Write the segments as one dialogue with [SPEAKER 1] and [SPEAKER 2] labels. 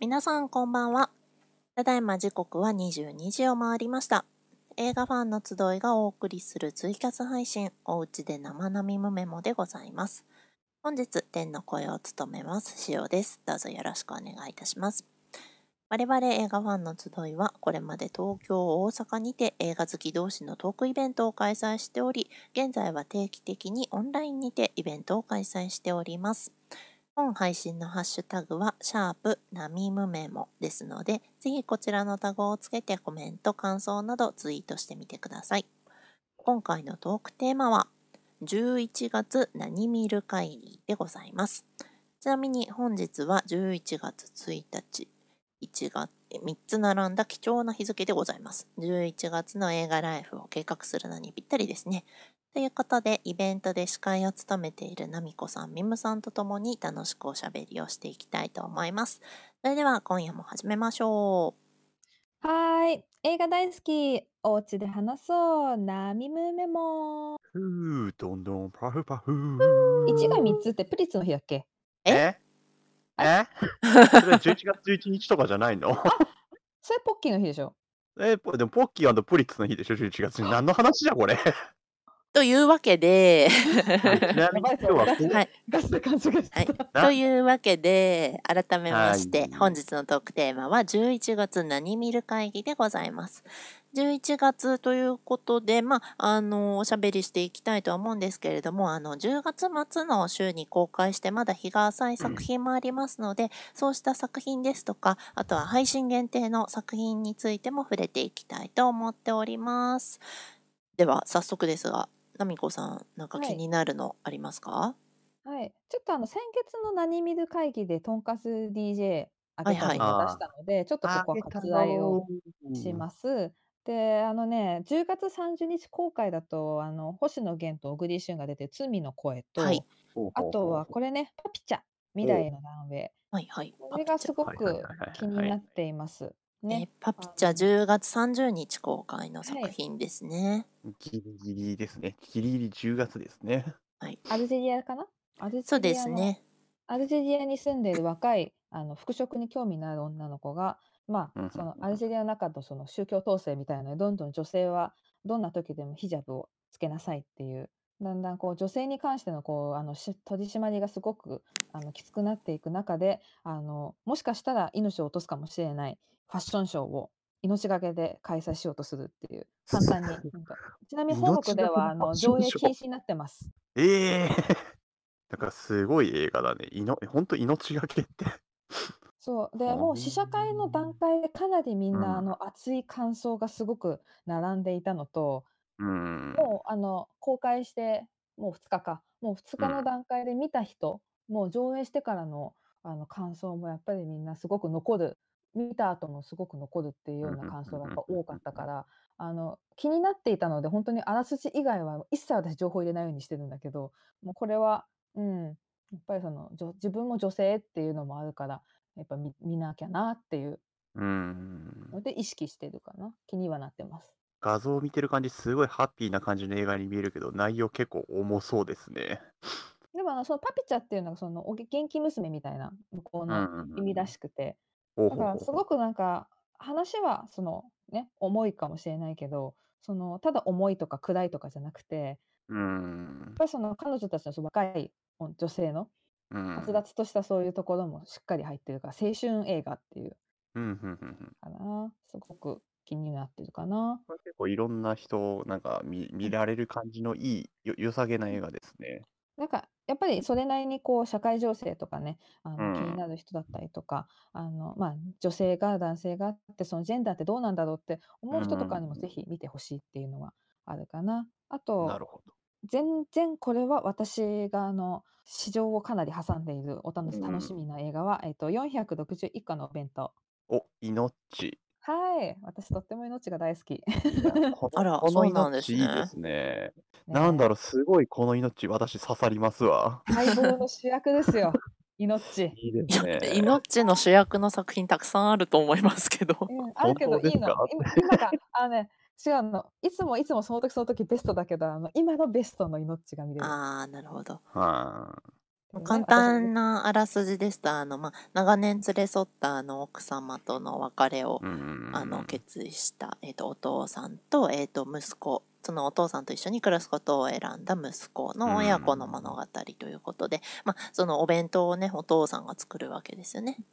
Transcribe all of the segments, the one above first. [SPEAKER 1] 皆さんこんばんは。ただいま時刻は22時を回りました。映画ファンの集いがお送りするツイキャス配信、おうちで生並みメモでございます。本日、天の声を務めます、しおです。どうぞよろしくお願いいたします。我々映画ファンの集いは、これまで東京、大阪にて映画好き同士のトークイベントを開催しており、現在は定期的にオンラインにてイベントを開催しております。本配信のハッシュタグは、シャープナミムメモですので、ぜひこちらのタグをつけてコメント、感想などツイートしてみてください。今回のトークテーマは、11月何見る会議でございます。ちなみに本日は11月1日、1月、3つ並んだ貴重な日付でございます。11月の映画ライフを計画するのにぴったりですね。ということで、イベントで司会を務めているナミコさん、ミムさんと共に楽しくおしゃべりをしていきたいと思います。それでは今夜も始めましょう。
[SPEAKER 2] はーい。映画大好き。お家で話そう。ナミムメモ。
[SPEAKER 3] ふう、どんどん、パフパフ。
[SPEAKER 2] 1が3つってプリッツの日だっけ
[SPEAKER 3] ええ それ11月11日とかじゃないの
[SPEAKER 2] それポッキーの日でしょ
[SPEAKER 3] え、ポでもポッキープリッツの日でしょ ?11 月に。何の話じゃ これ。
[SPEAKER 1] というわけで、
[SPEAKER 3] ちなみに今日はこう、
[SPEAKER 1] はい
[SPEAKER 2] ガスで感じがしてた。
[SPEAKER 1] はい
[SPEAKER 3] な
[SPEAKER 1] というわけで、改めまし
[SPEAKER 3] は
[SPEAKER 1] て
[SPEAKER 3] い、
[SPEAKER 1] 本日のトークテーマは11月何見る会議でございます。11月ということで、まあ、あの、おしゃべりしていきたいとは思うんですけれども、あの、10月末の週に公開して、まだ日が浅い作品もありますので、そうした作品ですとか、あとは配信限定の作品についても触れていきたいと思っております。では、早速ですが、なみこさん、なんか
[SPEAKER 2] はい
[SPEAKER 1] 気になるのありますか、
[SPEAKER 2] はい。ちょっとあの、先月の何見る会議で、とんかつ DJ あげた
[SPEAKER 1] はい
[SPEAKER 2] り
[SPEAKER 3] はい
[SPEAKER 2] 出したので、ちょっとここは割愛をします。で、あのね、10月30日公開だと、あの、星野源と小栗旬が出て、罪の声と、
[SPEAKER 1] はい
[SPEAKER 2] あとはこれね、パピチャ、未来のランウェイ。
[SPEAKER 1] はいはい。
[SPEAKER 2] これがすご
[SPEAKER 3] はいはいはい
[SPEAKER 2] く
[SPEAKER 3] はいはい
[SPEAKER 2] 気になっています。ね。
[SPEAKER 1] えーパピチャ10月30日公開の作品ですね。
[SPEAKER 3] ギリギリですね。ギリギリ10月ですね。
[SPEAKER 2] アルジェリアかなアルジェリアの
[SPEAKER 1] そうですね。
[SPEAKER 2] アルジェリアに住んでいる若いあの服飾に興味のある女の子が、ま
[SPEAKER 3] うんうん
[SPEAKER 2] あ、その
[SPEAKER 3] うん
[SPEAKER 2] アルジェリアの中のその宗教統制みたいなのでどんどん女性はどんな時でもヒジャブをつけなさいっていうだんだんこう女性に関してのこうあのし取り締まりがすごくあのきつくなっていく中であのもしかしたら命を落とすかもしれないファッションショーを命がけで開催しようとするっていう簡単になんかちなみに本
[SPEAKER 3] 命
[SPEAKER 2] 国で
[SPEAKER 3] がけの
[SPEAKER 2] はあ
[SPEAKER 3] ファ
[SPEAKER 2] の
[SPEAKER 3] ッショ
[SPEAKER 2] 上
[SPEAKER 3] ン
[SPEAKER 2] 映
[SPEAKER 3] ショー
[SPEAKER 2] 禁止になってます。
[SPEAKER 3] ええ だからすごい映画だね。いの本当命がけって。
[SPEAKER 2] そうでもう試写会の段階でかなりみん
[SPEAKER 3] うん
[SPEAKER 2] なあの熱い感想がすごく並んでいたのと、
[SPEAKER 3] うん。
[SPEAKER 2] もうあの公開してもう2日かもう2日
[SPEAKER 3] う
[SPEAKER 2] の
[SPEAKER 3] ん
[SPEAKER 2] 段階で見た人、もう上映してからのあの感想もやっぱりみんなすごく残る見た後もすごく残るっていうよう
[SPEAKER 3] うんうん
[SPEAKER 2] な感想
[SPEAKER 3] うん
[SPEAKER 2] がやっ
[SPEAKER 3] うん
[SPEAKER 2] ぱ
[SPEAKER 3] うん
[SPEAKER 2] 多かったからあの気になっていたので本当にあらすじ以外は一切私情報入れないようにしてるんだけどもうこれはうんやっぱりそのじょ自分も女性っていうのもあるからやっぱ見見なきゃなっていう
[SPEAKER 3] うん。
[SPEAKER 2] ので意識してるかな気にはなってます。
[SPEAKER 3] 画像を見てる感じ、すごいハッピーな感じの映画に見えるけど、内容結構重そうですね。
[SPEAKER 2] でもあのそのパピチャっていうのがそのおげ元気娘みたいな向こうの意味らしくて、
[SPEAKER 3] ほう
[SPEAKER 2] だ
[SPEAKER 3] ほう
[SPEAKER 2] か
[SPEAKER 3] ほう
[SPEAKER 2] らすごくなんか話はそのね重いかもしれないけどそのただ重いとか暗いとかじゃなくてやっ
[SPEAKER 3] うん。
[SPEAKER 2] ぱりその彼女たちのその若いお女性の
[SPEAKER 3] うん
[SPEAKER 2] はつらつとしたそういうところもしっかり入ってるから青春映画っていう
[SPEAKER 3] うんうんうんうん
[SPEAKER 2] かなすごく気になってるかな。
[SPEAKER 3] これ結構いろんな人をなんか見見られる感じのいいよ良さげな映画ですね。
[SPEAKER 2] なんかやっぱりそれなりにこう社会情勢とかねあの気
[SPEAKER 3] うん
[SPEAKER 2] になる人だったりとか、あのまあ、女性が男性があってそのジェンダーってどうなんだろうって思う人とかにも
[SPEAKER 3] うん
[SPEAKER 2] ぜひ見てほしいっていうのはあるかな。あ
[SPEAKER 3] な
[SPEAKER 2] と
[SPEAKER 3] るほど。
[SPEAKER 2] 全然これは私があの市場をかなり挟んでいるお楽し
[SPEAKER 3] うん
[SPEAKER 2] 楽しみな映画は、えっと461個のお弁当。
[SPEAKER 3] お、命。
[SPEAKER 2] はい私とっても命が大好き。
[SPEAKER 3] いやこ の
[SPEAKER 1] あら
[SPEAKER 3] この
[SPEAKER 1] そうなんです
[SPEAKER 3] 命い
[SPEAKER 1] ね
[SPEAKER 3] いですね。なんだろう、すごいこの命、私刺さりますわ。
[SPEAKER 2] う待望の主役ですよ命。
[SPEAKER 3] いいで
[SPEAKER 1] いや、命の主役の作品たくさんあると思います けど。
[SPEAKER 2] うん、あるけど
[SPEAKER 3] 本当
[SPEAKER 2] いい
[SPEAKER 3] です
[SPEAKER 2] の
[SPEAKER 3] か。
[SPEAKER 2] 今今が、あのね、違うの。いつもいつもその時その時ベストだけど、あの今のベストの命が見れるっ
[SPEAKER 1] ああ、なるほど。
[SPEAKER 3] は
[SPEAKER 2] けどね
[SPEAKER 1] 簡単なあらすじですとあの、まあ、長年連れ添ったあの奥様との別れを、
[SPEAKER 3] うんうんうん
[SPEAKER 1] あの決意した、えー、とお父さんと,、えー、と息子そのお父さんと一緒に暮らすことを選んだ息子の親子の物語ということで、まあ、そのお弁当をねお父さんが作るわけですよね。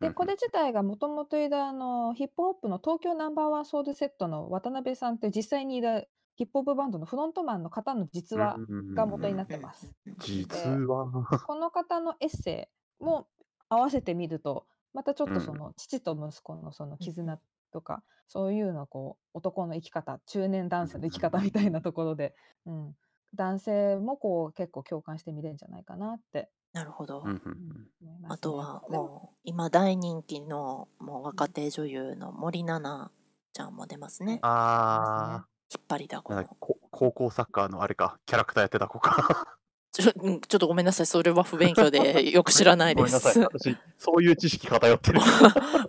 [SPEAKER 2] でこれ自体がもともといたあのヒップホップの東京ナンバーワンソールセットの渡辺さんって実際にいたヒップホップバンドのフロントマンの方の実話が元になっ
[SPEAKER 3] うんうんうん
[SPEAKER 2] てます。
[SPEAKER 3] 実は。
[SPEAKER 2] この方のエッセイも合わせてみるとまたちょっ
[SPEAKER 3] う
[SPEAKER 2] と
[SPEAKER 3] ん
[SPEAKER 2] その父と息子のその絆とか、そういうのこう男の生き方中年男性の生き方みたいなところで、うん、男性もこう結構共感して見れるんじゃないかなって
[SPEAKER 1] なるほど、
[SPEAKER 3] うんうん
[SPEAKER 2] 思います、ね。
[SPEAKER 1] あとは
[SPEAKER 2] でも
[SPEAKER 1] もう今大人気のもう若手女優の森七菜ちゃんも出ますね。
[SPEAKER 3] あ
[SPEAKER 1] 引っ張りだ
[SPEAKER 3] あ、
[SPEAKER 1] こ
[SPEAKER 3] なん
[SPEAKER 1] の
[SPEAKER 3] だこ高校サッカーのあれか、キャラクターやってた子か。
[SPEAKER 1] ちょうんちょっとごめんなさいそれは不勉強でよく知ら ない
[SPEAKER 3] ご
[SPEAKER 1] で
[SPEAKER 3] めん なさい、
[SPEAKER 1] す。
[SPEAKER 3] 私、そういう知識 偏ってる。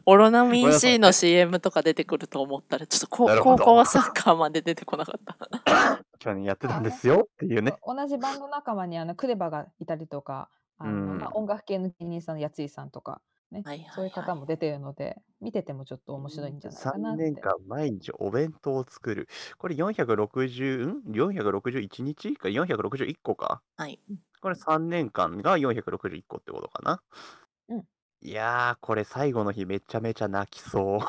[SPEAKER 1] オロナミ
[SPEAKER 3] ご
[SPEAKER 1] ン
[SPEAKER 3] めんなさい
[SPEAKER 1] C の CM とか出てくると思ったらちょっとこ
[SPEAKER 3] な
[SPEAKER 1] う
[SPEAKER 3] るほ
[SPEAKER 1] 高
[SPEAKER 3] ど
[SPEAKER 1] 校サッカーまで出てこなかった。
[SPEAKER 3] 去年やってたんですよっていうね。
[SPEAKER 2] 同じバンド仲間にあのクレバがいたりとかあの、
[SPEAKER 3] うん
[SPEAKER 2] まあ、音楽系の芸人さんのやついさんとか、ね
[SPEAKER 1] はいはいはい
[SPEAKER 2] そういう方も出てるので見ててもちょっと面白いんじゃないかな
[SPEAKER 3] 3
[SPEAKER 2] って。
[SPEAKER 3] 年間毎日お弁当を作る。これ460、ん ?461 日か ?461 個か。
[SPEAKER 1] はい。
[SPEAKER 3] これ3年間が461個ってことかな。
[SPEAKER 2] うん
[SPEAKER 3] いやー、これ最後の日めちゃめちゃ泣きそう。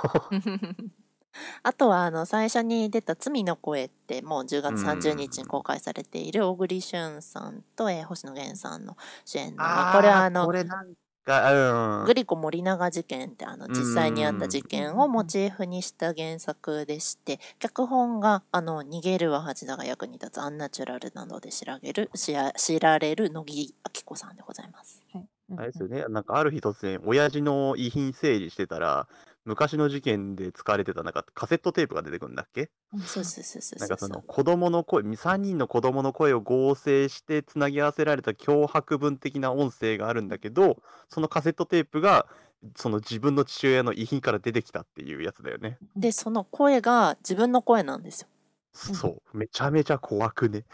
[SPEAKER 1] あとはあの最初に出た「罪の声」ってもう10月30日に
[SPEAKER 3] うん
[SPEAKER 1] 公開されている小栗旬さんと、えー星野源さんの主演の
[SPEAKER 3] あー
[SPEAKER 1] これはあの
[SPEAKER 3] これなんか、うん
[SPEAKER 1] グ。リコ森永事件ってあの
[SPEAKER 3] うん
[SPEAKER 1] 実際にあった事件をモチーフにした原作でして脚本があの「逃げるは恥だが役に立つアンナチュラル」などで知られる知ら知られる乃木明子さんでございます。
[SPEAKER 2] はいうん
[SPEAKER 3] あれです
[SPEAKER 2] うん
[SPEAKER 3] よね、なんかある日突然、親父の遺品整理してたら、昔の事件で使われてたなんかカセットテープが出てくるんだっけ
[SPEAKER 2] うん
[SPEAKER 1] そうそうそうそう
[SPEAKER 3] な
[SPEAKER 1] そ
[SPEAKER 3] んか
[SPEAKER 1] うそ
[SPEAKER 3] そうの子供の声、3人の子供の声を合成してつなぎ合わせられた脅迫文的な音声があるんだけど、そのカセットテープが、その自分の父親の遺品から出てきたっていうやつだよね。
[SPEAKER 1] でその声が自分の声なんですよ。
[SPEAKER 3] そう、めちゃめちゃ怖くね。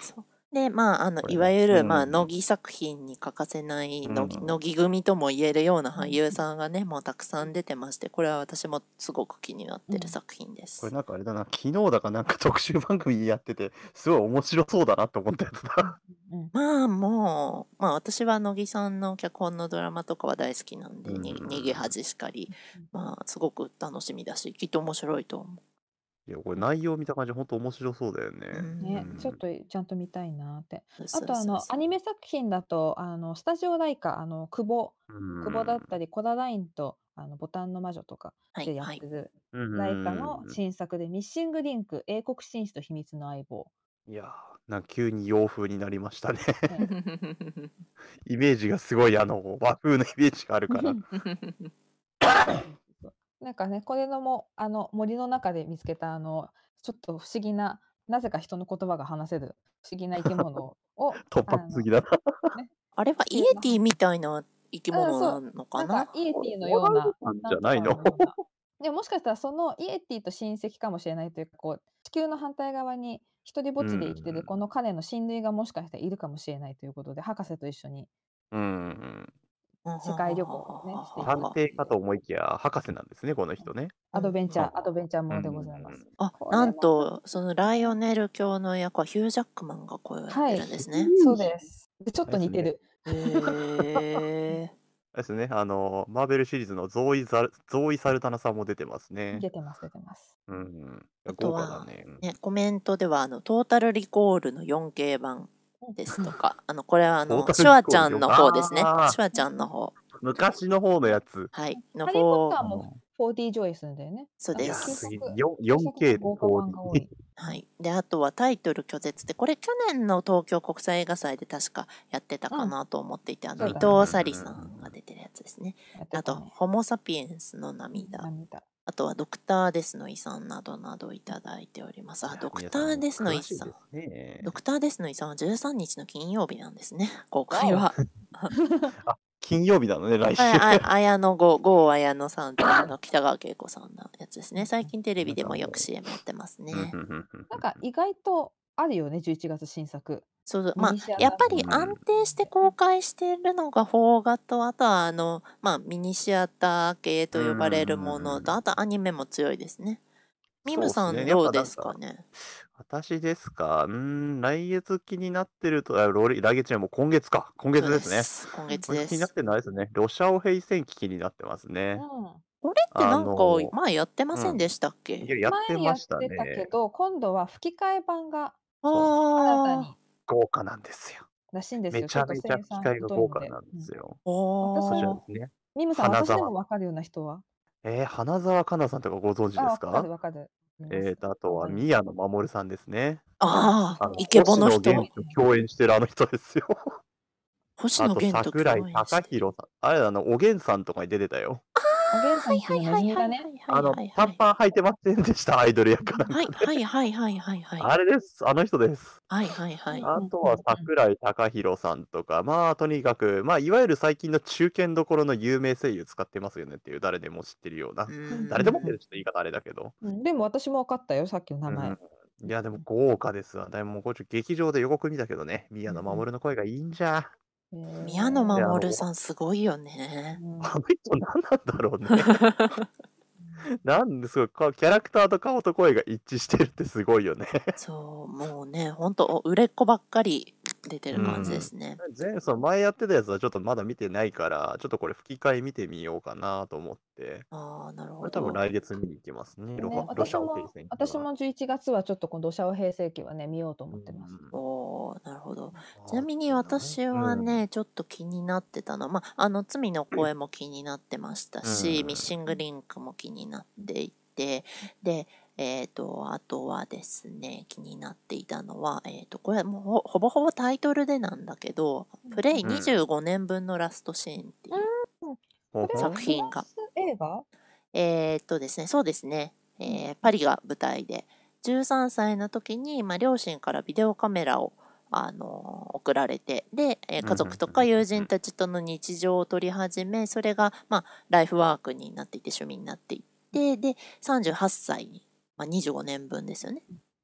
[SPEAKER 1] そうでまああの
[SPEAKER 3] これね
[SPEAKER 1] いわゆる、
[SPEAKER 3] うん
[SPEAKER 1] まあ、乃木作品に欠かせない乃木,、
[SPEAKER 3] うん
[SPEAKER 1] 乃木組とも言えるような俳優さんがねもうたくさん出てましてこれは私もすごく気になって
[SPEAKER 2] う
[SPEAKER 1] る
[SPEAKER 2] ん
[SPEAKER 1] 作品です。
[SPEAKER 3] これなんかあれだな、昨日だかなんか特集番組やってて、すごい面白そうだなと思ったやつだ。
[SPEAKER 2] うん
[SPEAKER 1] まあもう、まあ私は乃木さんの脚本のドラマとかは大好きなんで、に
[SPEAKER 3] うん
[SPEAKER 1] 逃げ恥しかり、まあすごく楽しみだし、きっと面白いと思
[SPEAKER 3] いや、これ内容見た感じ、本当面白そうだよね。
[SPEAKER 1] う。うん
[SPEAKER 2] ね
[SPEAKER 3] うん、
[SPEAKER 2] ちょっとちゃんと見たいなって。
[SPEAKER 1] そう
[SPEAKER 2] あ
[SPEAKER 1] そう
[SPEAKER 2] とあの
[SPEAKER 1] そう
[SPEAKER 2] アニメ作品だとあのスタジオライカあの久保
[SPEAKER 3] 久
[SPEAKER 2] 久保だったりコダラインとあのボタンの魔女とか
[SPEAKER 1] はい
[SPEAKER 2] でやっ
[SPEAKER 1] はい
[SPEAKER 2] てる
[SPEAKER 3] り
[SPEAKER 2] ライカの新作で「ミッシングリンク英国紳士と秘密の 相棒
[SPEAKER 3] いやーなんか急に洋風になりましたね。
[SPEAKER 2] ね
[SPEAKER 3] イメージがすごいあの和風のイメージがある から。
[SPEAKER 2] なんかねこれのもあの森の中で見つけたあのちょっと不思議ななぜか人の言葉が話せる不思議な生き物を
[SPEAKER 3] 突
[SPEAKER 2] あの
[SPEAKER 3] 発すぎだな。
[SPEAKER 1] あれはイエティみたいな生き物なのか
[SPEAKER 2] なん
[SPEAKER 1] な
[SPEAKER 2] かイエティの
[SPEAKER 3] お
[SPEAKER 2] ような。
[SPEAKER 3] オランウータンじゃないの
[SPEAKER 2] んとか ようなでももしかしたらそのイエティと親戚かもしれないというかこう地球の反対側に一人ぼっちで生きて
[SPEAKER 3] うんうんう
[SPEAKER 2] る
[SPEAKER 3] ん
[SPEAKER 2] この彼の親類がもしかしたらいるかもしれないということで博士と一緒に
[SPEAKER 3] うん。
[SPEAKER 2] 世界旅行をねしていく
[SPEAKER 3] 探偵かと思いきや博士なんですね、この人ね。
[SPEAKER 2] アドベンチ
[SPEAKER 3] うん
[SPEAKER 2] ャ
[SPEAKER 3] う
[SPEAKER 2] ーアドベンチャーものでございま
[SPEAKER 3] うんうん
[SPEAKER 2] す。
[SPEAKER 1] あ
[SPEAKER 2] これは
[SPEAKER 1] なんとそのライオネル教の役はヒュー・ジャックマンが声をやってるんですね。
[SPEAKER 2] そうです。でちょっと似てる。
[SPEAKER 1] へー
[SPEAKER 3] あれですね、あのマーベルシリーズのゾーイザルゾーイサルタナさんも出てますね。
[SPEAKER 2] 出てます出てます。
[SPEAKER 3] うん。
[SPEAKER 1] あと
[SPEAKER 3] 豪華
[SPEAKER 1] は
[SPEAKER 3] だね。うん
[SPEAKER 1] ね、コメントではあのトータルリコールの 4K 版ですとかあのこれはあの
[SPEAKER 3] トータル
[SPEAKER 1] シ
[SPEAKER 3] リ
[SPEAKER 1] ュ
[SPEAKER 3] コー
[SPEAKER 1] ワ
[SPEAKER 3] ル
[SPEAKER 1] ちゃんの方ですね
[SPEAKER 3] あー
[SPEAKER 1] シュワちゃんの方
[SPEAKER 3] 昔の方のやつ。
[SPEAKER 1] はいの
[SPEAKER 2] ハリー・ポッ
[SPEAKER 1] 方
[SPEAKER 2] ターも 4D 上映するんだよね。
[SPEAKER 1] そう
[SPEAKER 3] い
[SPEAKER 1] で
[SPEAKER 3] や
[SPEAKER 2] 旧
[SPEAKER 1] す
[SPEAKER 3] すげえ
[SPEAKER 2] 作
[SPEAKER 3] よ
[SPEAKER 2] 旧
[SPEAKER 3] 4K
[SPEAKER 2] 作の豪華版が多い。
[SPEAKER 1] はいであとはタイトル拒絶ってこれ去年の東京国際映画祭で確かやってたかなと思っていて、あの
[SPEAKER 2] そ
[SPEAKER 1] 伊
[SPEAKER 2] うだね
[SPEAKER 1] 藤沙莉さんが出てるやつですね
[SPEAKER 2] やって
[SPEAKER 1] あ
[SPEAKER 2] た
[SPEAKER 1] と
[SPEAKER 2] ね
[SPEAKER 1] 「ホモ・サピエンスの涙」
[SPEAKER 2] 涙。
[SPEAKER 1] あとは「ドクター・デスの遺産」などなどいただいておりますあドクター・デスの遺産
[SPEAKER 3] ね
[SPEAKER 1] ドクター・デスの遺産は13日の金曜日なんですね公開は
[SPEAKER 3] 金曜日なのね、来週。
[SPEAKER 1] はい、あ綾野剛、郷綾野さんとあの北川景子さんのやつですね。最近テレビでもよく CM やってますね。
[SPEAKER 3] うんうんうんうん
[SPEAKER 2] なんか意外とあるよね11月新作。
[SPEAKER 1] そうそうまあ
[SPEAKER 2] ミニシアター
[SPEAKER 1] やっぱり安定して公開しているのが邦画とあとはあの、まあ、ミニシアター系と呼ばれるものと
[SPEAKER 3] うん
[SPEAKER 1] あとアニメも強いですね。ミムさ
[SPEAKER 3] そうっ
[SPEAKER 1] ん
[SPEAKER 3] すねやっ
[SPEAKER 1] ど
[SPEAKER 3] ぱ
[SPEAKER 1] うですかね
[SPEAKER 3] 私ですかうーん、来月気になってると、あロリ来月じゃないもう今月か。今月ですね。
[SPEAKER 1] そうです今月
[SPEAKER 3] これ
[SPEAKER 1] で
[SPEAKER 3] 気になっ
[SPEAKER 1] す。
[SPEAKER 3] てないですね。ロシアオ平戦記気になってますね。
[SPEAKER 1] これってなんか
[SPEAKER 3] あの
[SPEAKER 1] 前やってませんでしたっ
[SPEAKER 3] い
[SPEAKER 1] け、
[SPEAKER 3] や、やって
[SPEAKER 2] 前や
[SPEAKER 3] ま
[SPEAKER 2] っ
[SPEAKER 3] した
[SPEAKER 2] てたけ
[SPEAKER 3] ね。
[SPEAKER 2] ど、今度は吹き替え版が新た
[SPEAKER 1] あ
[SPEAKER 2] に
[SPEAKER 1] あ
[SPEAKER 3] 豪華なんですよ。
[SPEAKER 2] らしいんですよ。
[SPEAKER 3] めちゃめちゃ機械が豪華なんです
[SPEAKER 2] よ。
[SPEAKER 3] よ。
[SPEAKER 1] お
[SPEAKER 2] 私
[SPEAKER 3] こち
[SPEAKER 1] ー
[SPEAKER 3] らで。すね。
[SPEAKER 2] うんミムさん、
[SPEAKER 3] 花
[SPEAKER 2] 私で
[SPEAKER 3] 沢
[SPEAKER 2] もわかるような人は
[SPEAKER 3] えー、花澤香菜さんとかご存知
[SPEAKER 2] あ、
[SPEAKER 3] です
[SPEAKER 2] わか
[SPEAKER 3] か
[SPEAKER 2] るわかる。うん
[SPEAKER 3] えーと、あとは
[SPEAKER 2] わかります
[SPEAKER 3] 宮野真守さんですね。
[SPEAKER 1] あ
[SPEAKER 3] あ
[SPEAKER 1] あ、イケボの
[SPEAKER 3] 星
[SPEAKER 1] 人
[SPEAKER 3] 野。源と共演してるあの人ですよ。
[SPEAKER 1] 星
[SPEAKER 3] あ
[SPEAKER 1] 野
[SPEAKER 3] と
[SPEAKER 1] 源と
[SPEAKER 3] 桜井
[SPEAKER 1] 共演して
[SPEAKER 3] 貴弘さん。あれあの、おげんさんとかに出てたよ。
[SPEAKER 2] おげんさんって
[SPEAKER 1] はいいうは
[SPEAKER 2] ネズ
[SPEAKER 1] い
[SPEAKER 2] ミ
[SPEAKER 1] はいはい
[SPEAKER 2] だね。
[SPEAKER 3] あの、
[SPEAKER 1] はい
[SPEAKER 3] 短
[SPEAKER 1] はい
[SPEAKER 3] パン履いてませんでした、 アイドルやから。
[SPEAKER 1] はいはいはいはいはいはい
[SPEAKER 3] あれです、あの人です。
[SPEAKER 1] はいはいはい
[SPEAKER 3] あとは桜井貴弘さんとか、まあとにかく、まあいわゆる最近の中堅どころの有名声優使ってますよねっていう誰でも知ってるような。
[SPEAKER 1] うん
[SPEAKER 3] 誰でもっていうとちょっと言い方あれだけど。
[SPEAKER 2] うんでも私もわかったよ、さっきの名前。
[SPEAKER 3] うんいやでも豪華ですわ。でもこれちょっと劇場で予告見たけどね、宮野真守の声がいいんじゃ。
[SPEAKER 2] えー
[SPEAKER 1] 宮野真
[SPEAKER 3] 守いやあの
[SPEAKER 1] 守さんすごいよ ね。
[SPEAKER 2] うん
[SPEAKER 3] あの人何なんだろうね。なんですごいか、キャラクターと顔と声が一致してるってすごいよね。
[SPEAKER 1] そう、もうね、ほんと売れっ子ばっかり出てる感じですね。
[SPEAKER 3] 前その前やってたやつはちょっとまだ見てないから、ちょっとこれ吹き替え見てみようかなと思って。
[SPEAKER 1] ああ、なる
[SPEAKER 3] こ
[SPEAKER 1] ほ
[SPEAKER 3] れ多分
[SPEAKER 1] ど。
[SPEAKER 3] 来月見に行きますね。ロ
[SPEAKER 2] ね
[SPEAKER 3] シロ
[SPEAKER 2] 私
[SPEAKER 3] シアを停
[SPEAKER 2] も
[SPEAKER 3] 戦
[SPEAKER 2] 私も11月はちょっとこの土砂を平成期はね見ようと思ってます。
[SPEAKER 1] おーなるほど。ちなみに私は、
[SPEAKER 3] うん
[SPEAKER 1] ね、ちょっと気になってたのは、まあ、あの罪の声も気になってましたし、
[SPEAKER 3] うん
[SPEAKER 1] ミッシングリンクも気になっていてで、えー、とあとはですね気になっていたのは、えー、とこれもうほほぼほぼタイトルでなんだけど「プレイ
[SPEAKER 3] うん
[SPEAKER 1] 25年分のラストシーン」っていう、
[SPEAKER 3] ほほ
[SPEAKER 1] 作品が
[SPEAKER 2] フランス映画
[SPEAKER 1] えー、っとですね、そうですね、えーパリが舞台で、13歳の時に、まあ、両親からビデオカメラを、あのー送られて、で、えー
[SPEAKER 3] うん
[SPEAKER 1] 家族とか友人たちとの日常を撮り始め、それが、まあ、ライフワークになっていて、趣味になっていって、で、38歳に、まあ、25年分ですよね。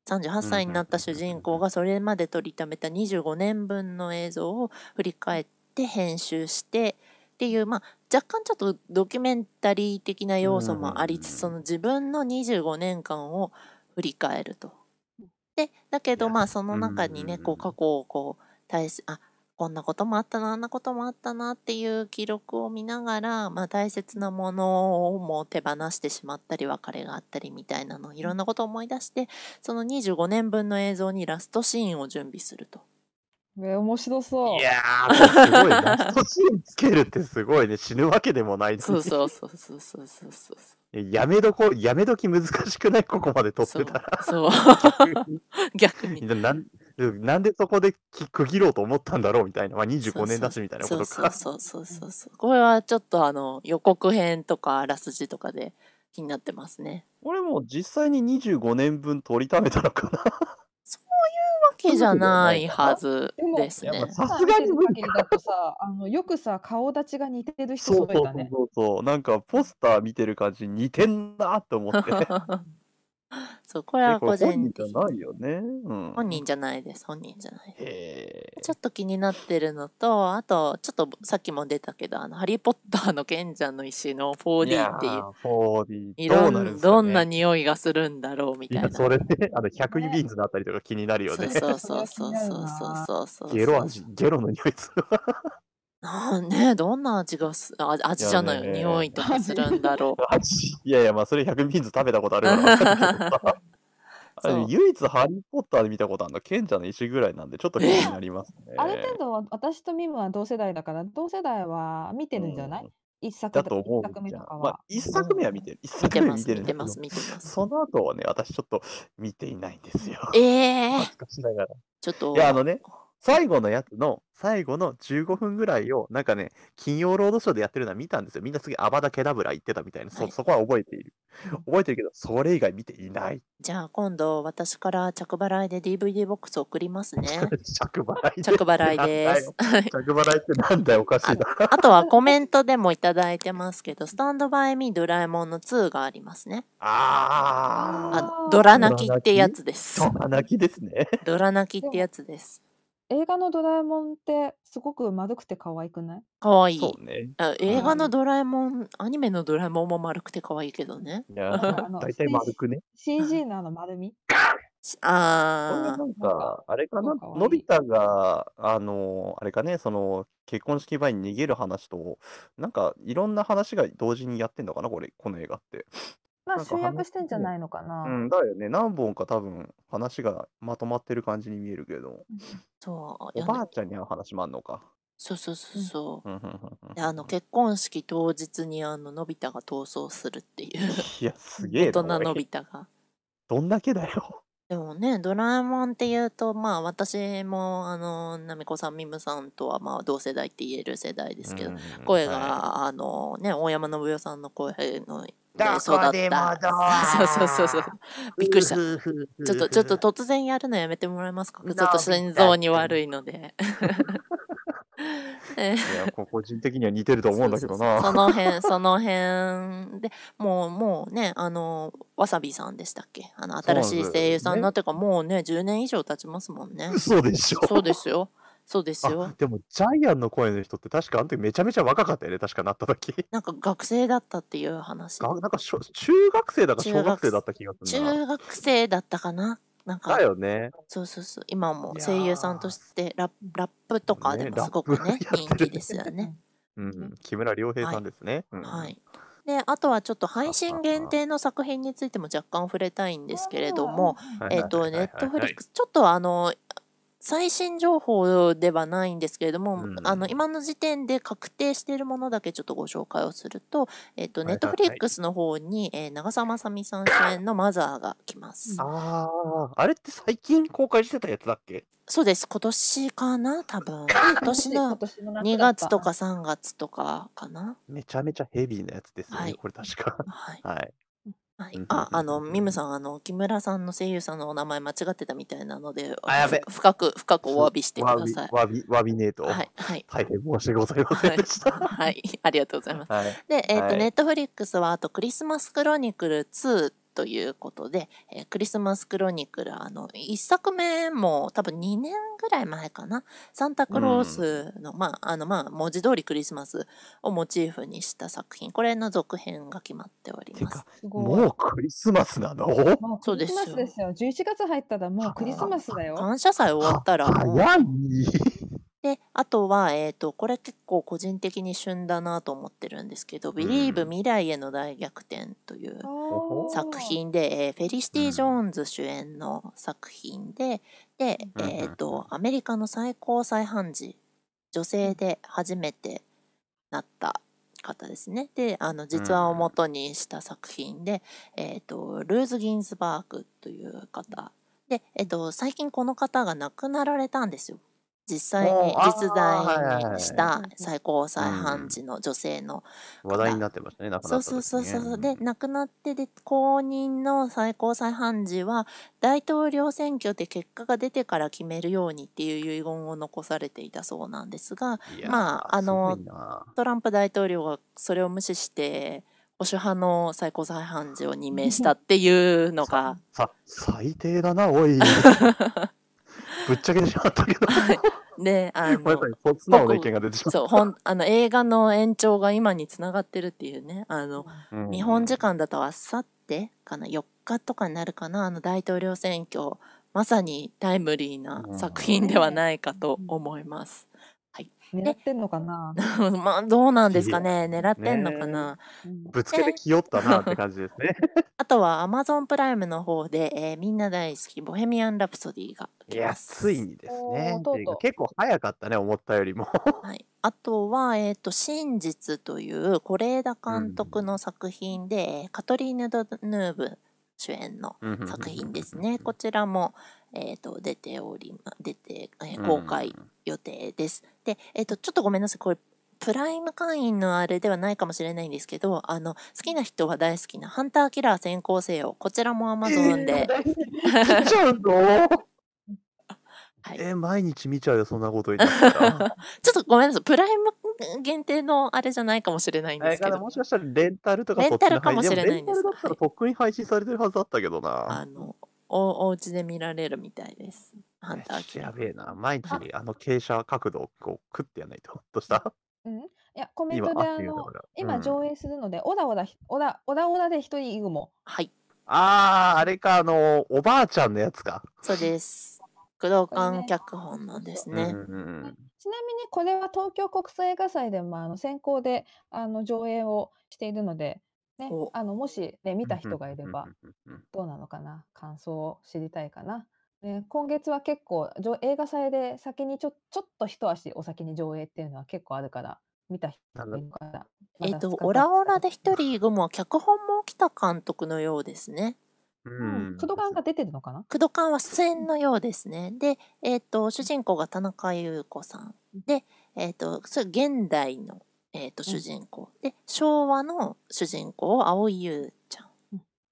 [SPEAKER 1] 38歳になった主人公がそれまで撮りためた25年分の映像を振り返って編集してっていう、まあ、若干ちょっとドキュメンタリー的な要素もありつつ、
[SPEAKER 3] うん
[SPEAKER 1] その自分の25年間を振り返ると。でだけ
[SPEAKER 3] い
[SPEAKER 1] ど
[SPEAKER 3] や
[SPEAKER 1] まあその中にね、
[SPEAKER 3] うん
[SPEAKER 1] こう過去をこう大切あこんなこともあったなあんなこともあったなっていう記録を見ながら、まあ、大切なものをもう手放してしまったり別れがあったりみたいなのいろんなことを思い出してその25年分の映像にラストシーンを準備する と。
[SPEAKER 2] え面白そう。
[SPEAKER 3] いやー、すごいな。ラストシーンつけるってすごいね。死ぬわけでもないのに
[SPEAKER 1] そうそうそうそうそうそうそう
[SPEAKER 3] やめどこ、やめどき難しくないここまで撮っ
[SPEAKER 1] そう
[SPEAKER 3] てたら。
[SPEAKER 1] そう 逆に
[SPEAKER 3] なんなんでそこでき区切ろうと思ったんだろうみたいな、まあ、
[SPEAKER 1] そうそう
[SPEAKER 3] 25年だしみたいなことか。
[SPEAKER 1] そうそうそうそうそうこれはちょっとあの予告編とかあらすじとかで気になってますね。
[SPEAKER 3] 俺も実際に25年分撮りためたのかな。
[SPEAKER 1] わけじゃないはずです
[SPEAKER 2] で
[SPEAKER 1] ね
[SPEAKER 2] も
[SPEAKER 3] やっ。ぱさ
[SPEAKER 2] さ
[SPEAKER 3] すが
[SPEAKER 2] 見て
[SPEAKER 3] に
[SPEAKER 2] る
[SPEAKER 3] 無理
[SPEAKER 2] 限りだとさ、あのよくさ顔立ちが似てる人
[SPEAKER 3] そ
[SPEAKER 2] 揃
[SPEAKER 3] うそ
[SPEAKER 2] え
[SPEAKER 3] う
[SPEAKER 2] たね。
[SPEAKER 3] そうそう。なんかポスター見てる感じ似てんなと思 って。
[SPEAKER 1] そうこれは個
[SPEAKER 3] これ本
[SPEAKER 1] 人
[SPEAKER 3] 人じ
[SPEAKER 1] 的に
[SPEAKER 3] ゃないよね。うん、
[SPEAKER 1] 本人じゃないです本人じゃない。
[SPEAKER 3] へえ。
[SPEAKER 1] ちょっと気になってるのとあとちょっとさっきも出たけど「あのハリー・ポッターの賢者の石」の 4D っていう。い
[SPEAKER 3] いやー 4D ど
[SPEAKER 1] ろ
[SPEAKER 3] うなるん
[SPEAKER 1] ん
[SPEAKER 3] すか、ね、
[SPEAKER 1] どんな匂いがするんだろうみ
[SPEAKER 3] い
[SPEAKER 1] たい
[SPEAKER 3] や
[SPEAKER 1] な。
[SPEAKER 3] それねあの100イビーズのあたりとか気になるよ
[SPEAKER 1] そ
[SPEAKER 3] ね
[SPEAKER 1] うそうそうそうそうそうそうそう。
[SPEAKER 3] ゲロ味ゲロの匂いする わ
[SPEAKER 1] なんねどんな味がすあ味じゃない
[SPEAKER 3] いやね
[SPEAKER 1] 匂いとかするんだ ろう。
[SPEAKER 3] 味いやいやまあそれ100イビーズ食べたこ とあるからわかるけどさあれ
[SPEAKER 1] そう
[SPEAKER 3] 唯一ハリー・ポッターで見たことあるのは賢者の石ぐらいなんでちょっと気になりますね
[SPEAKER 2] ある程度は私とミムは同世代だから同世代は見てるんじゃない、
[SPEAKER 3] うん
[SPEAKER 2] 一作
[SPEAKER 3] だと思
[SPEAKER 2] 一作
[SPEAKER 3] う
[SPEAKER 2] 目
[SPEAKER 3] じゃ
[SPEAKER 2] と
[SPEAKER 3] ん
[SPEAKER 2] かは。
[SPEAKER 3] まあ、一作目は見てる一
[SPEAKER 1] 見て
[SPEAKER 3] 作目
[SPEAKER 1] ま
[SPEAKER 3] は見
[SPEAKER 1] す
[SPEAKER 3] てる
[SPEAKER 1] 見
[SPEAKER 3] ん
[SPEAKER 1] て
[SPEAKER 3] だけど
[SPEAKER 1] ます見てます。
[SPEAKER 3] その後はね私ちょっと見ていないんですよ
[SPEAKER 1] ええ
[SPEAKER 3] 恥ずかしながら
[SPEAKER 1] ちょっと
[SPEAKER 3] いやあのね 最後のやつの最後の15分ぐらいをなんかね金曜ロードショーでやってるのは見たんですよみんな次アバダケダブラ言ってたみたいなそ,、
[SPEAKER 1] はい
[SPEAKER 3] そこは覚えている覚えてるけどそれ以外見ていない
[SPEAKER 1] じゃあ今度私から着払いで DVD ボックス送りますね。
[SPEAKER 3] 着払いで
[SPEAKER 1] 着払い です。
[SPEAKER 3] 着払いってなんだよおかしいな
[SPEAKER 1] あとはコメントでもいただいてますけど、スタンドバイミードラえもんの2がありますね。
[SPEAKER 3] あ
[SPEAKER 1] あ
[SPEAKER 3] ー
[SPEAKER 1] のドラ泣きってやつです
[SPEAKER 3] ド。ラ泣きですね
[SPEAKER 1] ドラ泣きってやつです。
[SPEAKER 2] 映画のドラえもんってすごく丸くて可愛く ない
[SPEAKER 1] かわいい
[SPEAKER 3] そうね。
[SPEAKER 1] あ映画
[SPEAKER 2] う
[SPEAKER 1] の
[SPEAKER 2] ん
[SPEAKER 1] ドラえもん、アニメのドラえもんも丸くて可愛いけどね。
[SPEAKER 3] いや
[SPEAKER 2] あの
[SPEAKER 3] 大体丸くね。
[SPEAKER 2] CG のあの丸み
[SPEAKER 1] しあ
[SPEAKER 3] これはなん
[SPEAKER 2] なんか
[SPEAKER 3] か、あれか
[SPEAKER 2] な
[SPEAKER 3] な、
[SPEAKER 2] んか可愛い
[SPEAKER 3] のび太が、あの、あれかね、その、結婚式前に逃げる話と、なんか、いろんな話が同時にやってんのかな、これ、この映画って。
[SPEAKER 2] まあ
[SPEAKER 3] なんか
[SPEAKER 2] 集約してんじゃないのかな、
[SPEAKER 3] うん、だよね、何本か多分、話がまとまってる感じに見えるけれども、
[SPEAKER 1] そう
[SPEAKER 3] お
[SPEAKER 1] いやね
[SPEAKER 3] ばあちゃんに会う話もあんのか。
[SPEAKER 1] そうそうそうそう。
[SPEAKER 3] うんうんうんうん
[SPEAKER 1] であの結婚式当日にあののび太が逃走するっていう
[SPEAKER 3] いや、すげえ
[SPEAKER 1] 大
[SPEAKER 3] な。
[SPEAKER 1] 人
[SPEAKER 3] おい
[SPEAKER 1] のび太が。
[SPEAKER 3] どんだけだよ。
[SPEAKER 1] でもね、ドラえもんっていうと、まあ私も、あの、なみこさん、みむさんとは、まあ同世代って言える世代ですけど、
[SPEAKER 3] うんうんうん
[SPEAKER 1] 声が、
[SPEAKER 3] は
[SPEAKER 1] あの、ね、大山信代さんの声の、で
[SPEAKER 3] いど
[SPEAKER 1] 育
[SPEAKER 3] こ
[SPEAKER 1] っ
[SPEAKER 3] でも
[SPEAKER 1] た。
[SPEAKER 3] ド
[SPEAKER 1] そうそう
[SPEAKER 3] ア
[SPEAKER 1] そうそう。びっくりした。
[SPEAKER 3] ふふふ
[SPEAKER 1] ちょっと、ちょっと突然やるのやめてもらえますかちょっと心臓に悪いので。え
[SPEAKER 3] いや、こう個人的には似てると思うんだけど
[SPEAKER 1] そ
[SPEAKER 3] な。
[SPEAKER 1] の辺、 その辺で、もう、もうね、あの、わさびさんでしたっけあの、
[SPEAKER 3] うな
[SPEAKER 1] 新
[SPEAKER 3] んです
[SPEAKER 1] しい声優さんになってから、もうね、10年以上経ちますもんね。
[SPEAKER 3] 嘘でしょ。
[SPEAKER 1] そうですよ。そうですよ
[SPEAKER 3] あ。でもジャイアンの声の人って確かあの時めちゃめちゃ若かったよね確かなった時
[SPEAKER 1] なんか学生だったっていう話。
[SPEAKER 3] がなんかしょ中学生だか
[SPEAKER 1] 中
[SPEAKER 3] 小
[SPEAKER 1] 学
[SPEAKER 3] 学生だった気がするんだな
[SPEAKER 1] 中学生だったかななんか
[SPEAKER 3] だ、よね
[SPEAKER 1] そうそうそう。今はもう声優さんとしてラップ、ラップとかで
[SPEAKER 3] ね
[SPEAKER 1] もすごくね、
[SPEAKER 3] ラップやって
[SPEAKER 1] 人
[SPEAKER 3] るね
[SPEAKER 1] 気ですよね。
[SPEAKER 3] うん木村良平さんですね、うん
[SPEAKER 1] はい。で、あとはちょっと配信限定の作品についても若干触れたいんですけれども、
[SPEAKER 3] はいはい
[SPEAKER 1] えっと、
[SPEAKER 3] はいは
[SPEAKER 1] ネ
[SPEAKER 3] い
[SPEAKER 1] ットフリックス、ちょっとあの、最新情報ではないんですけれども、
[SPEAKER 3] うん
[SPEAKER 1] あの今の時点で確定しているものだけちょっとご紹介をすると、えっと、
[SPEAKER 3] はいは
[SPEAKER 1] ネ
[SPEAKER 3] い
[SPEAKER 1] ットフリックスの方に、えー長澤まさみさん主演のマザーが来ます。
[SPEAKER 3] あああれって最近公開してたやつだっけ
[SPEAKER 1] そうです、今年かな、多分。今年
[SPEAKER 2] 今
[SPEAKER 1] の
[SPEAKER 2] 年の夏
[SPEAKER 1] 2
[SPEAKER 2] だった
[SPEAKER 1] 月とか3月とかかな。
[SPEAKER 3] めちゃめちゃヘビーなやつですよね、
[SPEAKER 1] はい
[SPEAKER 3] これ確か
[SPEAKER 1] はい。
[SPEAKER 3] はい
[SPEAKER 1] はい
[SPEAKER 3] うん、
[SPEAKER 1] あ、あの、
[SPEAKER 3] うん
[SPEAKER 1] ミムさん、あの、木村さんの声優さんのお名前間違ってたみたいなので、
[SPEAKER 3] あやべ
[SPEAKER 1] ふ深く、深くお詫びしてください。
[SPEAKER 3] わびわびわびねえと、
[SPEAKER 1] はい、はい。
[SPEAKER 3] 大変申し訳ございませんでした、は
[SPEAKER 1] はい、ありがとうございます。
[SPEAKER 3] い
[SPEAKER 1] で、えっ、
[SPEAKER 3] は
[SPEAKER 1] と、
[SPEAKER 3] い
[SPEAKER 1] ネットフリックスは、あと、クリスマスクロニクル2ということで、えークリスマスクロニクル、あの、一作目も多分2年ぐらい前かな、サンタクロースの、まあ、あの、まあ、文字通りクリスマスをモチーフにした作品、これの続編が決まっており
[SPEAKER 3] て
[SPEAKER 1] ます
[SPEAKER 3] か。
[SPEAKER 2] すごい
[SPEAKER 3] もうクリスマスなの
[SPEAKER 2] もう
[SPEAKER 1] そう
[SPEAKER 2] ク
[SPEAKER 1] で
[SPEAKER 2] リ
[SPEAKER 1] すよ
[SPEAKER 2] スマスですよ。11月入ったらもうクリスマスだよ。
[SPEAKER 1] 感謝祭終わったら、もう
[SPEAKER 3] 早い
[SPEAKER 1] で、あとは、えっ、と、これ結構個人的に旬だなと思ってるんですけど、Believe 未来への大逆転という
[SPEAKER 2] おー
[SPEAKER 1] 作。品で、えーフェリシテ
[SPEAKER 3] うん
[SPEAKER 1] ィ・ジョーンズ主演の作品で、で、
[SPEAKER 3] うんうん
[SPEAKER 1] えっ、と、アメリカの最高裁判事、女性で初めてなった方ですね。で、あの、実話を元にした作品で、えっ、と、ルーズ・ギンズバーグという方。で、えっ、と、最近この方が亡くなられたんですよ。実際に
[SPEAKER 3] おーあー
[SPEAKER 1] 実
[SPEAKER 3] はいはい
[SPEAKER 1] 在
[SPEAKER 3] は
[SPEAKER 1] に
[SPEAKER 3] い
[SPEAKER 1] した最高裁判事の女性の
[SPEAKER 3] 話題になってましたね、なく
[SPEAKER 1] そ
[SPEAKER 3] な
[SPEAKER 1] う
[SPEAKER 3] った時
[SPEAKER 1] そ
[SPEAKER 3] ね
[SPEAKER 1] うそうそうで亡くなってで後任の最高裁判事は大統領選挙で結果が出てから決めるようにっていう遺言を残されていたそうなんですが
[SPEAKER 3] いやー
[SPEAKER 1] まああの
[SPEAKER 3] すごいな
[SPEAKER 1] トランプ大統領がそれを無視して保守派の最高裁判事を任命したっていうのが
[SPEAKER 3] さ最低だな おいぶっちゃけてしまったけど
[SPEAKER 1] であ
[SPEAKER 3] ごめ
[SPEAKER 1] の
[SPEAKER 3] んなさいそ素直な意見が出てしまった
[SPEAKER 1] そうほんあの映画の延長が今につながってるっていうねあの
[SPEAKER 3] うん
[SPEAKER 1] 日本時間だとあさってかな4日とかになるかなあの大統領選挙まさにタイムリーな
[SPEAKER 3] うん
[SPEAKER 1] 作品ではないかと思います。
[SPEAKER 2] 狙ってんのか な。
[SPEAKER 1] まあどうなんですかね狙ってんのかな、
[SPEAKER 2] うん
[SPEAKER 3] ぶつけてきよったなって感じです ね
[SPEAKER 1] あとは Amazon プライムの方で、えーみんな大好き「ボヘミアン・ラプソディ」が
[SPEAKER 3] い
[SPEAKER 1] 来
[SPEAKER 3] や
[SPEAKER 1] ます。
[SPEAKER 3] ついにですね
[SPEAKER 2] おーとうとう
[SPEAKER 3] 結構早かったね思ったよりも
[SPEAKER 1] はい、あとは、えーと「真実」という是枝監督の作品で、えーカトリーヌ・ド・ヌーブ主演の作品ですね。こちらも、えー、と出ておりま出て、えー公開予定です。で、えー、とちょっとごめんなさいこれプライム会員のあれではないかもしれないんですけどあの好きな人は大好きな「ハンターキラー先行せよ」こちらも Amazon で、
[SPEAKER 3] 見ちゃうの
[SPEAKER 1] はい、ちょ
[SPEAKER 3] え毎日見ちゃうよそんなこと言ってたら
[SPEAKER 1] っとごめんなさいプライム限定のあれじゃないかもし れないん
[SPEAKER 3] あ
[SPEAKER 1] で
[SPEAKER 3] れ
[SPEAKER 1] すけ
[SPEAKER 3] かな
[SPEAKER 1] ど
[SPEAKER 3] もしかしたらレンタルとか
[SPEAKER 1] レンタル
[SPEAKER 3] そっち
[SPEAKER 1] か
[SPEAKER 3] の配
[SPEAKER 1] もしれないんです
[SPEAKER 3] もレンタルだったらとっくに配信されてるはずだったけどな
[SPEAKER 1] あのおお家で見られるみたいです。ハンターキ
[SPEAKER 3] や
[SPEAKER 1] ラー。
[SPEAKER 3] べえな。毎日あの傾斜角度をこう食ってやないと。ほっとした。
[SPEAKER 2] うん、いや、コメン
[SPEAKER 3] 今
[SPEAKER 2] トで
[SPEAKER 3] あ
[SPEAKER 2] あ
[SPEAKER 3] っていうと
[SPEAKER 2] の
[SPEAKER 3] ころ。
[SPEAKER 2] 今
[SPEAKER 3] うん
[SPEAKER 2] 上映するので、オラオラひ、オラ、オラオラで一人イグモ。
[SPEAKER 1] はい、
[SPEAKER 3] あー、あれか、あの、おばあちゃんのやつか。
[SPEAKER 1] そうです。工藤
[SPEAKER 2] これ
[SPEAKER 1] 館
[SPEAKER 2] ね
[SPEAKER 1] 脚本なんですね
[SPEAKER 3] う。んうんうん
[SPEAKER 2] ちなみにこれは東京国際映画祭でもあの先行であの上映をしているので、ね
[SPEAKER 1] お、
[SPEAKER 2] あのもし、ね、見た人がいれば。
[SPEAKER 3] うんうんうんうん
[SPEAKER 2] どうなのかな感想を知りたいかな。で今月は結構上映画祭で先にちょちょっと一足お先に上映っていうのは結構あるから見た人
[SPEAKER 3] なん
[SPEAKER 2] が
[SPEAKER 3] だ
[SPEAKER 2] いるから。ま
[SPEAKER 1] えっ、
[SPEAKER 2] だ
[SPEAKER 1] と
[SPEAKER 2] 使、っ
[SPEAKER 1] オラオラ
[SPEAKER 2] た
[SPEAKER 1] で一人グモは脚本も起きた監督のようですね。
[SPEAKER 2] う
[SPEAKER 3] うん
[SPEAKER 2] ん、クドガンが出てるのかな
[SPEAKER 1] 工藤館は出演のようですね。で、えっ、と、主人公が田中優子さんで、えっ、と、それ現代の、えっと主人公、で、昭和の主人公を蒼井優ちゃん。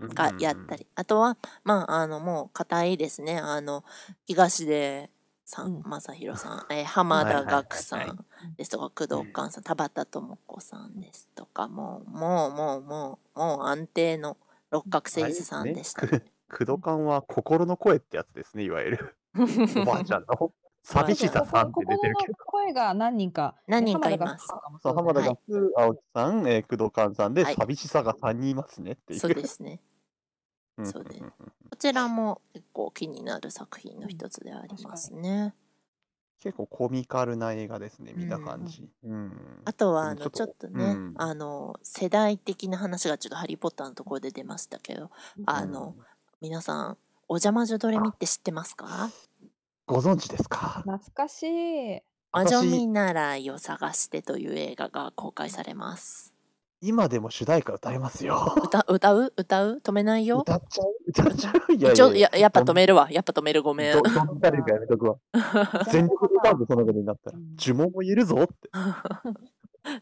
[SPEAKER 1] がやったり、あとはまああのもう固いですねあの東出さ
[SPEAKER 2] うん
[SPEAKER 1] ん正宏さん、えー浜
[SPEAKER 3] はいは
[SPEAKER 1] 田
[SPEAKER 3] いはいはい
[SPEAKER 1] 岳さんですとか工藤寛さん田畑智子さんですとかもうもうもうもうもう安定の六角誠一さんでした、ね。
[SPEAKER 3] クドカンは心の声ってやつですね、いわゆる。 おばあちゃん の。
[SPEAKER 1] あ
[SPEAKER 3] 寂し
[SPEAKER 2] そう
[SPEAKER 3] ささんって
[SPEAKER 2] こ
[SPEAKER 3] 出てる
[SPEAKER 2] こ
[SPEAKER 3] けど。
[SPEAKER 2] この声が何人か。
[SPEAKER 1] 何
[SPEAKER 2] ね
[SPEAKER 1] 人かい
[SPEAKER 2] 浜田が
[SPEAKER 1] ます
[SPEAKER 2] そうかも
[SPEAKER 3] そう、浜田
[SPEAKER 1] はい
[SPEAKER 3] がす、青木さん、えー、工藤寛さんで、
[SPEAKER 1] はい
[SPEAKER 3] 寂しさが3人いますねっていう。
[SPEAKER 1] そうですね
[SPEAKER 3] うん
[SPEAKER 1] そうですこちらも結構気になる作品の一つでありますね。
[SPEAKER 3] 結構コミカルな映画ですね、見た
[SPEAKER 1] うん
[SPEAKER 3] 感じ。うん
[SPEAKER 1] あとはあ
[SPEAKER 3] で
[SPEAKER 1] の
[SPEAKER 3] も
[SPEAKER 1] ち
[SPEAKER 3] ち
[SPEAKER 1] ょ
[SPEAKER 3] ょ
[SPEAKER 1] っ
[SPEAKER 3] っ
[SPEAKER 1] と
[SPEAKER 3] と
[SPEAKER 1] ね、
[SPEAKER 3] うん
[SPEAKER 1] あの世代的な話がちょっと「ハリー・ポッター」のところで出ましたけどあの、皆さんお邪魔女ドレミって知ってますか
[SPEAKER 3] ご存知ですか
[SPEAKER 2] 懐 かしい。
[SPEAKER 1] 魔女見
[SPEAKER 3] 私、
[SPEAKER 1] 習いを探してという映画が公開されます。
[SPEAKER 3] 今でも主題歌歌えますよ。
[SPEAKER 1] 歌歌う歌う止めないよ。
[SPEAKER 3] 歌っちゃう歌っちゃうい
[SPEAKER 1] ちょややっぱ止
[SPEAKER 3] る
[SPEAKER 1] めるわ。やっぱ止めるごめん
[SPEAKER 3] ど。どんたれかやめとく わ。全力で歌うぞ、そんなことになったら
[SPEAKER 2] うん。
[SPEAKER 3] 呪文もいるぞ って。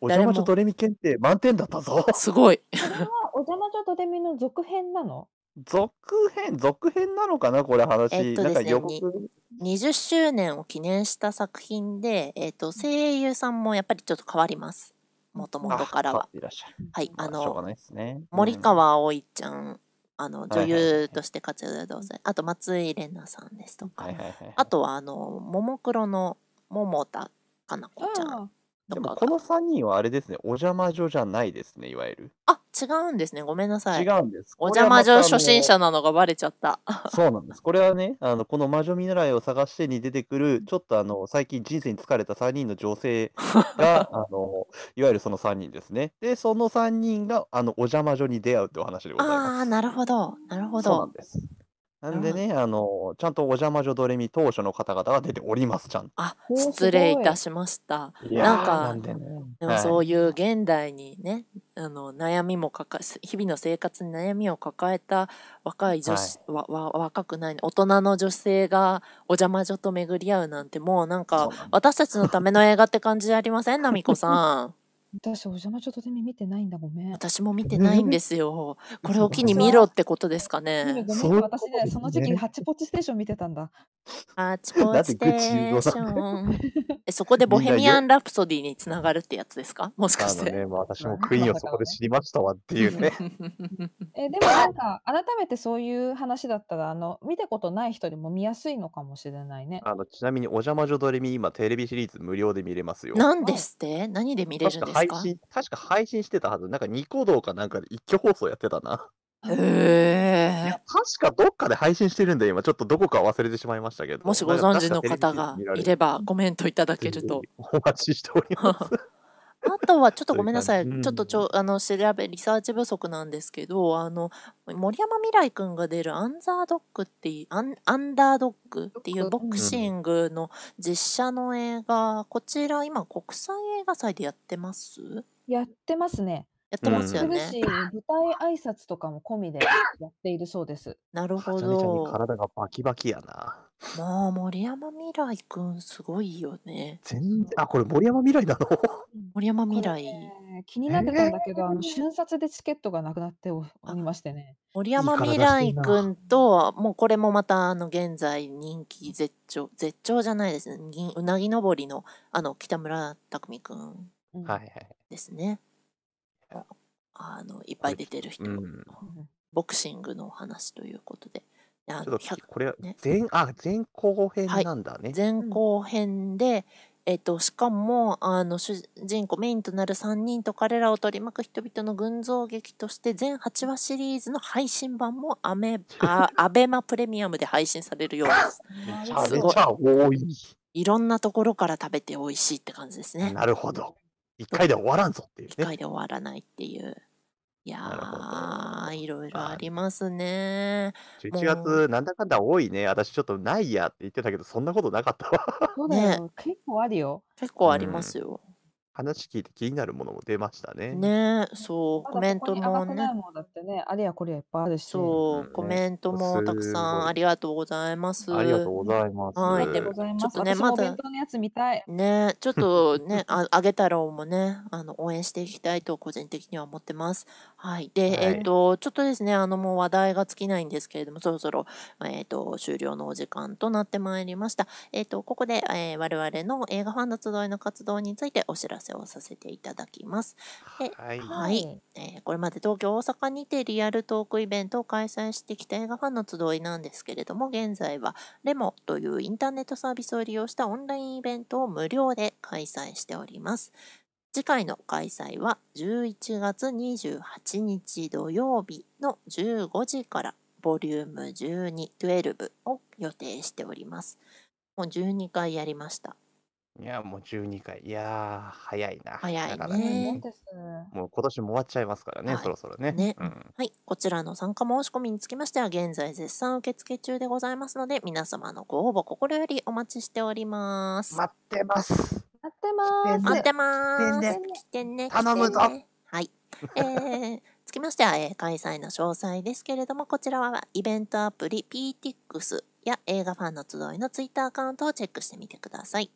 [SPEAKER 3] お
[SPEAKER 1] 誰も
[SPEAKER 3] 邪魔女ドレミ検定満点だったぞ。
[SPEAKER 1] すごい。
[SPEAKER 2] これはお邪魔女とデミの続編なの
[SPEAKER 3] 続編、続編なのかなこれ話。
[SPEAKER 1] えっと
[SPEAKER 3] なんか
[SPEAKER 1] ですね
[SPEAKER 3] 予告
[SPEAKER 1] に20周年を記念した作品で、えっと声優さんもやっぱりちょっと変わります。もともとからは
[SPEAKER 3] あ。いらっしゃる。
[SPEAKER 1] はい、あ
[SPEAKER 3] ましょうが
[SPEAKER 1] の
[SPEAKER 3] ないですね。
[SPEAKER 1] 森
[SPEAKER 3] うん
[SPEAKER 1] 川葵ちゃん、あの
[SPEAKER 3] いは
[SPEAKER 1] 女
[SPEAKER 3] いはい
[SPEAKER 1] 優として活躍どうせ、あと松井玲奈さんですとか
[SPEAKER 3] はい、はいはい。
[SPEAKER 1] あとはあのももクロの桃田かな子ちゃん
[SPEAKER 2] あ
[SPEAKER 3] で
[SPEAKER 1] と
[SPEAKER 3] も
[SPEAKER 1] か
[SPEAKER 3] こ
[SPEAKER 1] が
[SPEAKER 3] の3人はあれですね、お邪魔女じゃないですね、いわゆる。
[SPEAKER 1] あ違うんですねごめんなさい
[SPEAKER 3] 違うんです。
[SPEAKER 1] お邪魔女
[SPEAKER 3] これはまたあの
[SPEAKER 1] 初心者なのがバレちゃった
[SPEAKER 3] そうなんです。これはね、あのこの魔女見習いを探してに出てくる、ちょっとあの最近人生に疲れた3人の 女性が、あのいわゆるその3人ですね。で、その3人があのお邪魔女に出会うというお話でございます。
[SPEAKER 1] ああーなるほどなるほ
[SPEAKER 3] そうな
[SPEAKER 1] ど
[SPEAKER 3] んです。なんでね、あのちゃんとお邪魔女ドレミ当初の方々が出ております、ちゃんと。
[SPEAKER 1] あ
[SPEAKER 2] おー
[SPEAKER 1] 失礼い
[SPEAKER 2] すご
[SPEAKER 1] た
[SPEAKER 2] い
[SPEAKER 1] しました
[SPEAKER 3] い
[SPEAKER 1] やーなんか
[SPEAKER 3] なんでね。
[SPEAKER 1] でもそういう現代にね、あの悩みも抱え日々の生活に悩みを抱えた若い女子、わわ若くない大人の女性がお邪魔女と巡り合うなんてもうなんか
[SPEAKER 3] そうなん
[SPEAKER 1] 私たちのための映画って感じありません奈美子さん
[SPEAKER 2] 私、お邪魔女とデミ見てないんだ、ごめん。
[SPEAKER 1] 私も見てないんですよこれを機に
[SPEAKER 2] そう
[SPEAKER 1] 見ろってことですか
[SPEAKER 2] ごめん
[SPEAKER 1] ね
[SPEAKER 2] ごめん
[SPEAKER 3] そういう
[SPEAKER 2] 私
[SPEAKER 3] こと
[SPEAKER 2] ね、
[SPEAKER 3] です
[SPEAKER 2] その時期に
[SPEAKER 3] ね
[SPEAKER 2] ハッチポッチステーション見てた んだ。
[SPEAKER 1] あちこちステーションえそこでボヘミアン・ラプソディにつながるってやつですかもしか
[SPEAKER 3] あ
[SPEAKER 1] し
[SPEAKER 3] の
[SPEAKER 1] て、
[SPEAKER 3] ね、もう私
[SPEAKER 2] ま
[SPEAKER 3] も
[SPEAKER 2] あ
[SPEAKER 3] クイーンをそこで知りましたわっていう ね。
[SPEAKER 2] えでもなんか、改めてそういう話だったら、あの、見たことない人でも見やすいのかもしれないね。
[SPEAKER 3] あのちなみにお邪魔女ドレミ今テレビシリーズ無料で見れますよ。
[SPEAKER 1] なんですって何で見れるん
[SPEAKER 3] 確
[SPEAKER 1] で
[SPEAKER 3] か
[SPEAKER 1] す
[SPEAKER 3] 配
[SPEAKER 1] か
[SPEAKER 3] 信確か配信してたはず。なんかニコ動かなんかで一挙放送やってたな。
[SPEAKER 1] へえ
[SPEAKER 3] 確かどっかで配信してるんで今ちょっとどこか忘れてしまいましたけど。
[SPEAKER 1] もしご
[SPEAKER 3] なん
[SPEAKER 1] 存
[SPEAKER 3] か
[SPEAKER 1] 知の
[SPEAKER 3] 確かテレビ
[SPEAKER 1] 方
[SPEAKER 3] シ
[SPEAKER 1] が
[SPEAKER 3] リーズ見られ
[SPEAKER 1] い
[SPEAKER 3] る
[SPEAKER 1] ればコメントいただける
[SPEAKER 3] ぜ
[SPEAKER 1] と
[SPEAKER 3] ひ。お待ちしております。
[SPEAKER 1] あとはちょっと
[SPEAKER 3] という
[SPEAKER 1] ごめんなさい。
[SPEAKER 3] 感じ
[SPEAKER 1] ちょっとちょあの調べリサーチ不足なんですけど、あの森山未来くんが出るアンザードックっていうアンアンダードックっていうボクシングの実写の映画、こちら今国際映画祭でやってます？
[SPEAKER 2] やってますね。
[SPEAKER 1] やってます
[SPEAKER 2] す
[SPEAKER 1] よ
[SPEAKER 2] る
[SPEAKER 1] ね。
[SPEAKER 2] し、舞台挨拶とかも込みでやっているそうです。
[SPEAKER 1] なるほ
[SPEAKER 3] めちゃめちゃに
[SPEAKER 1] ど。
[SPEAKER 3] 体がバキバキやな。
[SPEAKER 1] まあ森山未来くんすごいよね。
[SPEAKER 3] 全然あこれ森山未来なの。
[SPEAKER 1] 森山未来
[SPEAKER 2] これ。ね気になってたんだけど、あの瞬殺でチケットがなくなっておおりましてね。
[SPEAKER 1] 森山
[SPEAKER 3] いい
[SPEAKER 1] 未
[SPEAKER 3] 体して
[SPEAKER 1] 来
[SPEAKER 3] んな
[SPEAKER 1] くんとはもうこれもまたあの現在人気絶頂絶頂じゃないですねにうなぎ登りのあの北村匠海くん
[SPEAKER 2] うん
[SPEAKER 3] はいはい。
[SPEAKER 1] ですね
[SPEAKER 3] いや
[SPEAKER 1] あのいっぱい出てる人、
[SPEAKER 3] うん
[SPEAKER 1] ボクシングのお話ということでや
[SPEAKER 3] ちょっと
[SPEAKER 1] 100
[SPEAKER 3] これは
[SPEAKER 1] ね
[SPEAKER 3] 前、あ前後編
[SPEAKER 1] はい
[SPEAKER 3] なんだね。
[SPEAKER 1] 前後編で、えっと、しかもあの主人公メインとなる3人と彼らを取り巻く人々の群像劇として全8話シリーズの配信版もアメ あアベマプレミアムで配信されるようです。
[SPEAKER 3] めちゃ
[SPEAKER 1] ゃ
[SPEAKER 3] め
[SPEAKER 1] め
[SPEAKER 3] ち
[SPEAKER 1] ち
[SPEAKER 3] ゃ多い。
[SPEAKER 1] いろんなところから食べて美味しいって感じですね。
[SPEAKER 3] なるほど。一回で終わらんぞっていう
[SPEAKER 1] 一
[SPEAKER 3] ね。
[SPEAKER 1] 回で終わらないっていう。いや
[SPEAKER 3] なるほど
[SPEAKER 1] ー、いろいろありますね。
[SPEAKER 3] 11月なんだかんだ多いね。私ちょっとないやって言ってたけど、そんなことなかったわ。
[SPEAKER 2] そうだよ、結構あるよ。
[SPEAKER 1] 結構ありますよ。
[SPEAKER 3] 話聞いて気になるものも出ましたね。
[SPEAKER 1] ねそう、コメント
[SPEAKER 2] まだここ
[SPEAKER 1] も
[SPEAKER 2] に上が
[SPEAKER 1] ね
[SPEAKER 2] ってない。もんだってね、あれやこれやいっぱいあるし。
[SPEAKER 1] そうう、
[SPEAKER 3] ん
[SPEAKER 1] コメントもたくさ
[SPEAKER 3] すごい
[SPEAKER 1] んありがとうございます。
[SPEAKER 3] ありがとうございます。
[SPEAKER 1] は
[SPEAKER 2] あ
[SPEAKER 1] い
[SPEAKER 2] りが
[SPEAKER 1] で
[SPEAKER 2] とうございます。
[SPEAKER 1] ちょっとね
[SPEAKER 2] 私も
[SPEAKER 1] まだ
[SPEAKER 2] お弁当のやつ見たい。
[SPEAKER 1] ねちょっとね、ああげ太郎もね、あの応援していきたいと個人的には思ってます。はい。で、
[SPEAKER 3] はい
[SPEAKER 1] えっ、と、ちょっとですね、あのもう話題が尽きないんですけれども、そろそろ、えっ、と、終了のお時間となってまいりました。えっ、と、ここで、えー我々の映画ファンの集いの活動についてお知らせをさせていただきます。
[SPEAKER 3] はい。
[SPEAKER 1] はいえーこれまで東京大阪にてリアルトークイベントを開催してきた映画ファンの集いなんですけれども現在はレモというインターネットサービスを利用したオンラインイベントを無料で開催しております次回の開催は11月28日土曜日の15時からボリューム1212を予定しておりますもう12回やりました
[SPEAKER 3] いや、もう12回。いやー、早いな。
[SPEAKER 1] 早いね
[SPEAKER 3] だから
[SPEAKER 1] え
[SPEAKER 2] そうです。
[SPEAKER 3] もう今年も終わっちゃいますからね、
[SPEAKER 1] はい
[SPEAKER 3] そろそろね。
[SPEAKER 1] ね
[SPEAKER 3] うん
[SPEAKER 1] はい、こちらの参加申し込みにつきましては現在絶賛受付中でございますので皆様のご応募心よりお待ちしております。
[SPEAKER 3] 待ってます。
[SPEAKER 2] やってます。
[SPEAKER 1] 待ってます。
[SPEAKER 3] 来てね
[SPEAKER 1] 来てね。
[SPEAKER 3] 頼むぞ
[SPEAKER 1] 来てねはい。えー、 つきましては、えー開催の詳細ですけれども、こちらはイベントアプリ PTX や映画ファンの集いのツイッターアカウントをチェックしてみてください。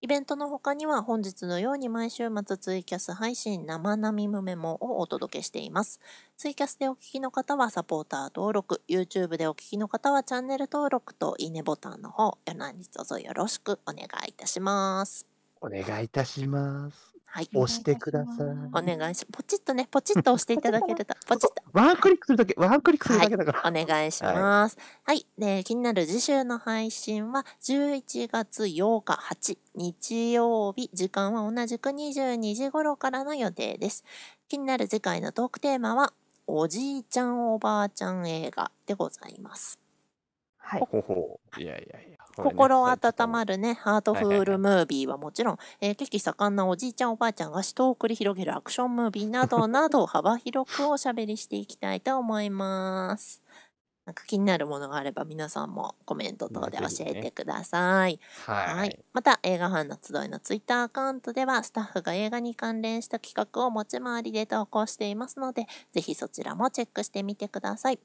[SPEAKER 1] イベントの他には本日のように毎週末ツイキャス配信生並みメモをお届けしています。ツイキャスでお聞きの方はサポーター登録、YouTube でお聞きの方はチャンネル登録といいねボタンの方、何卒よろしくお願いいたします。
[SPEAKER 3] お願いいたします。
[SPEAKER 1] はい。
[SPEAKER 3] 押してください
[SPEAKER 1] お願いしポチッとねポチッと押していただけると ポチッと
[SPEAKER 3] ワンクリックするだけ、ワンクリックするだけだから。
[SPEAKER 1] お願いします。はい、で気になる次週の配信は11月8日8日曜日時間は同じく22時頃からの予定です。気になる次回のトークテーマはおじいちゃんおばあちゃん映画でございます。
[SPEAKER 2] はい。
[SPEAKER 3] ほほういやいやいや。
[SPEAKER 1] 心温ま
[SPEAKER 3] る。
[SPEAKER 1] るね、ハートフ
[SPEAKER 3] はいは
[SPEAKER 1] ー
[SPEAKER 3] いは
[SPEAKER 1] ルムービーはもちろん、えー、劇盛んなおじいちゃんおばあちゃんが死闘を繰り広げるアクションムービーなどなど幅広くおしゃべりしていきたいと思います。なんか気になるものがあれば皆さんもコメント等で教えてください。
[SPEAKER 3] は
[SPEAKER 1] はいい。。また、映画ファンの集いのツイッターアカウントでは、スタッフが映画に関連した企画を持ち回りで投稿していますので、ぜひそちらもチェックしてみてください。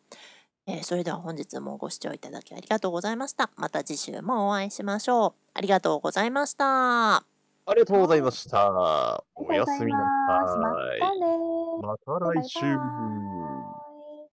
[SPEAKER 1] えーそれでは本日もご視聴いただきありがとうございました。また次週もお会いしましょう。ありがとうございました。
[SPEAKER 3] ありがとうございました。おやすみな
[SPEAKER 2] ありがとうございます
[SPEAKER 3] さい。
[SPEAKER 2] またねー。
[SPEAKER 3] また来週。
[SPEAKER 2] バイバーイ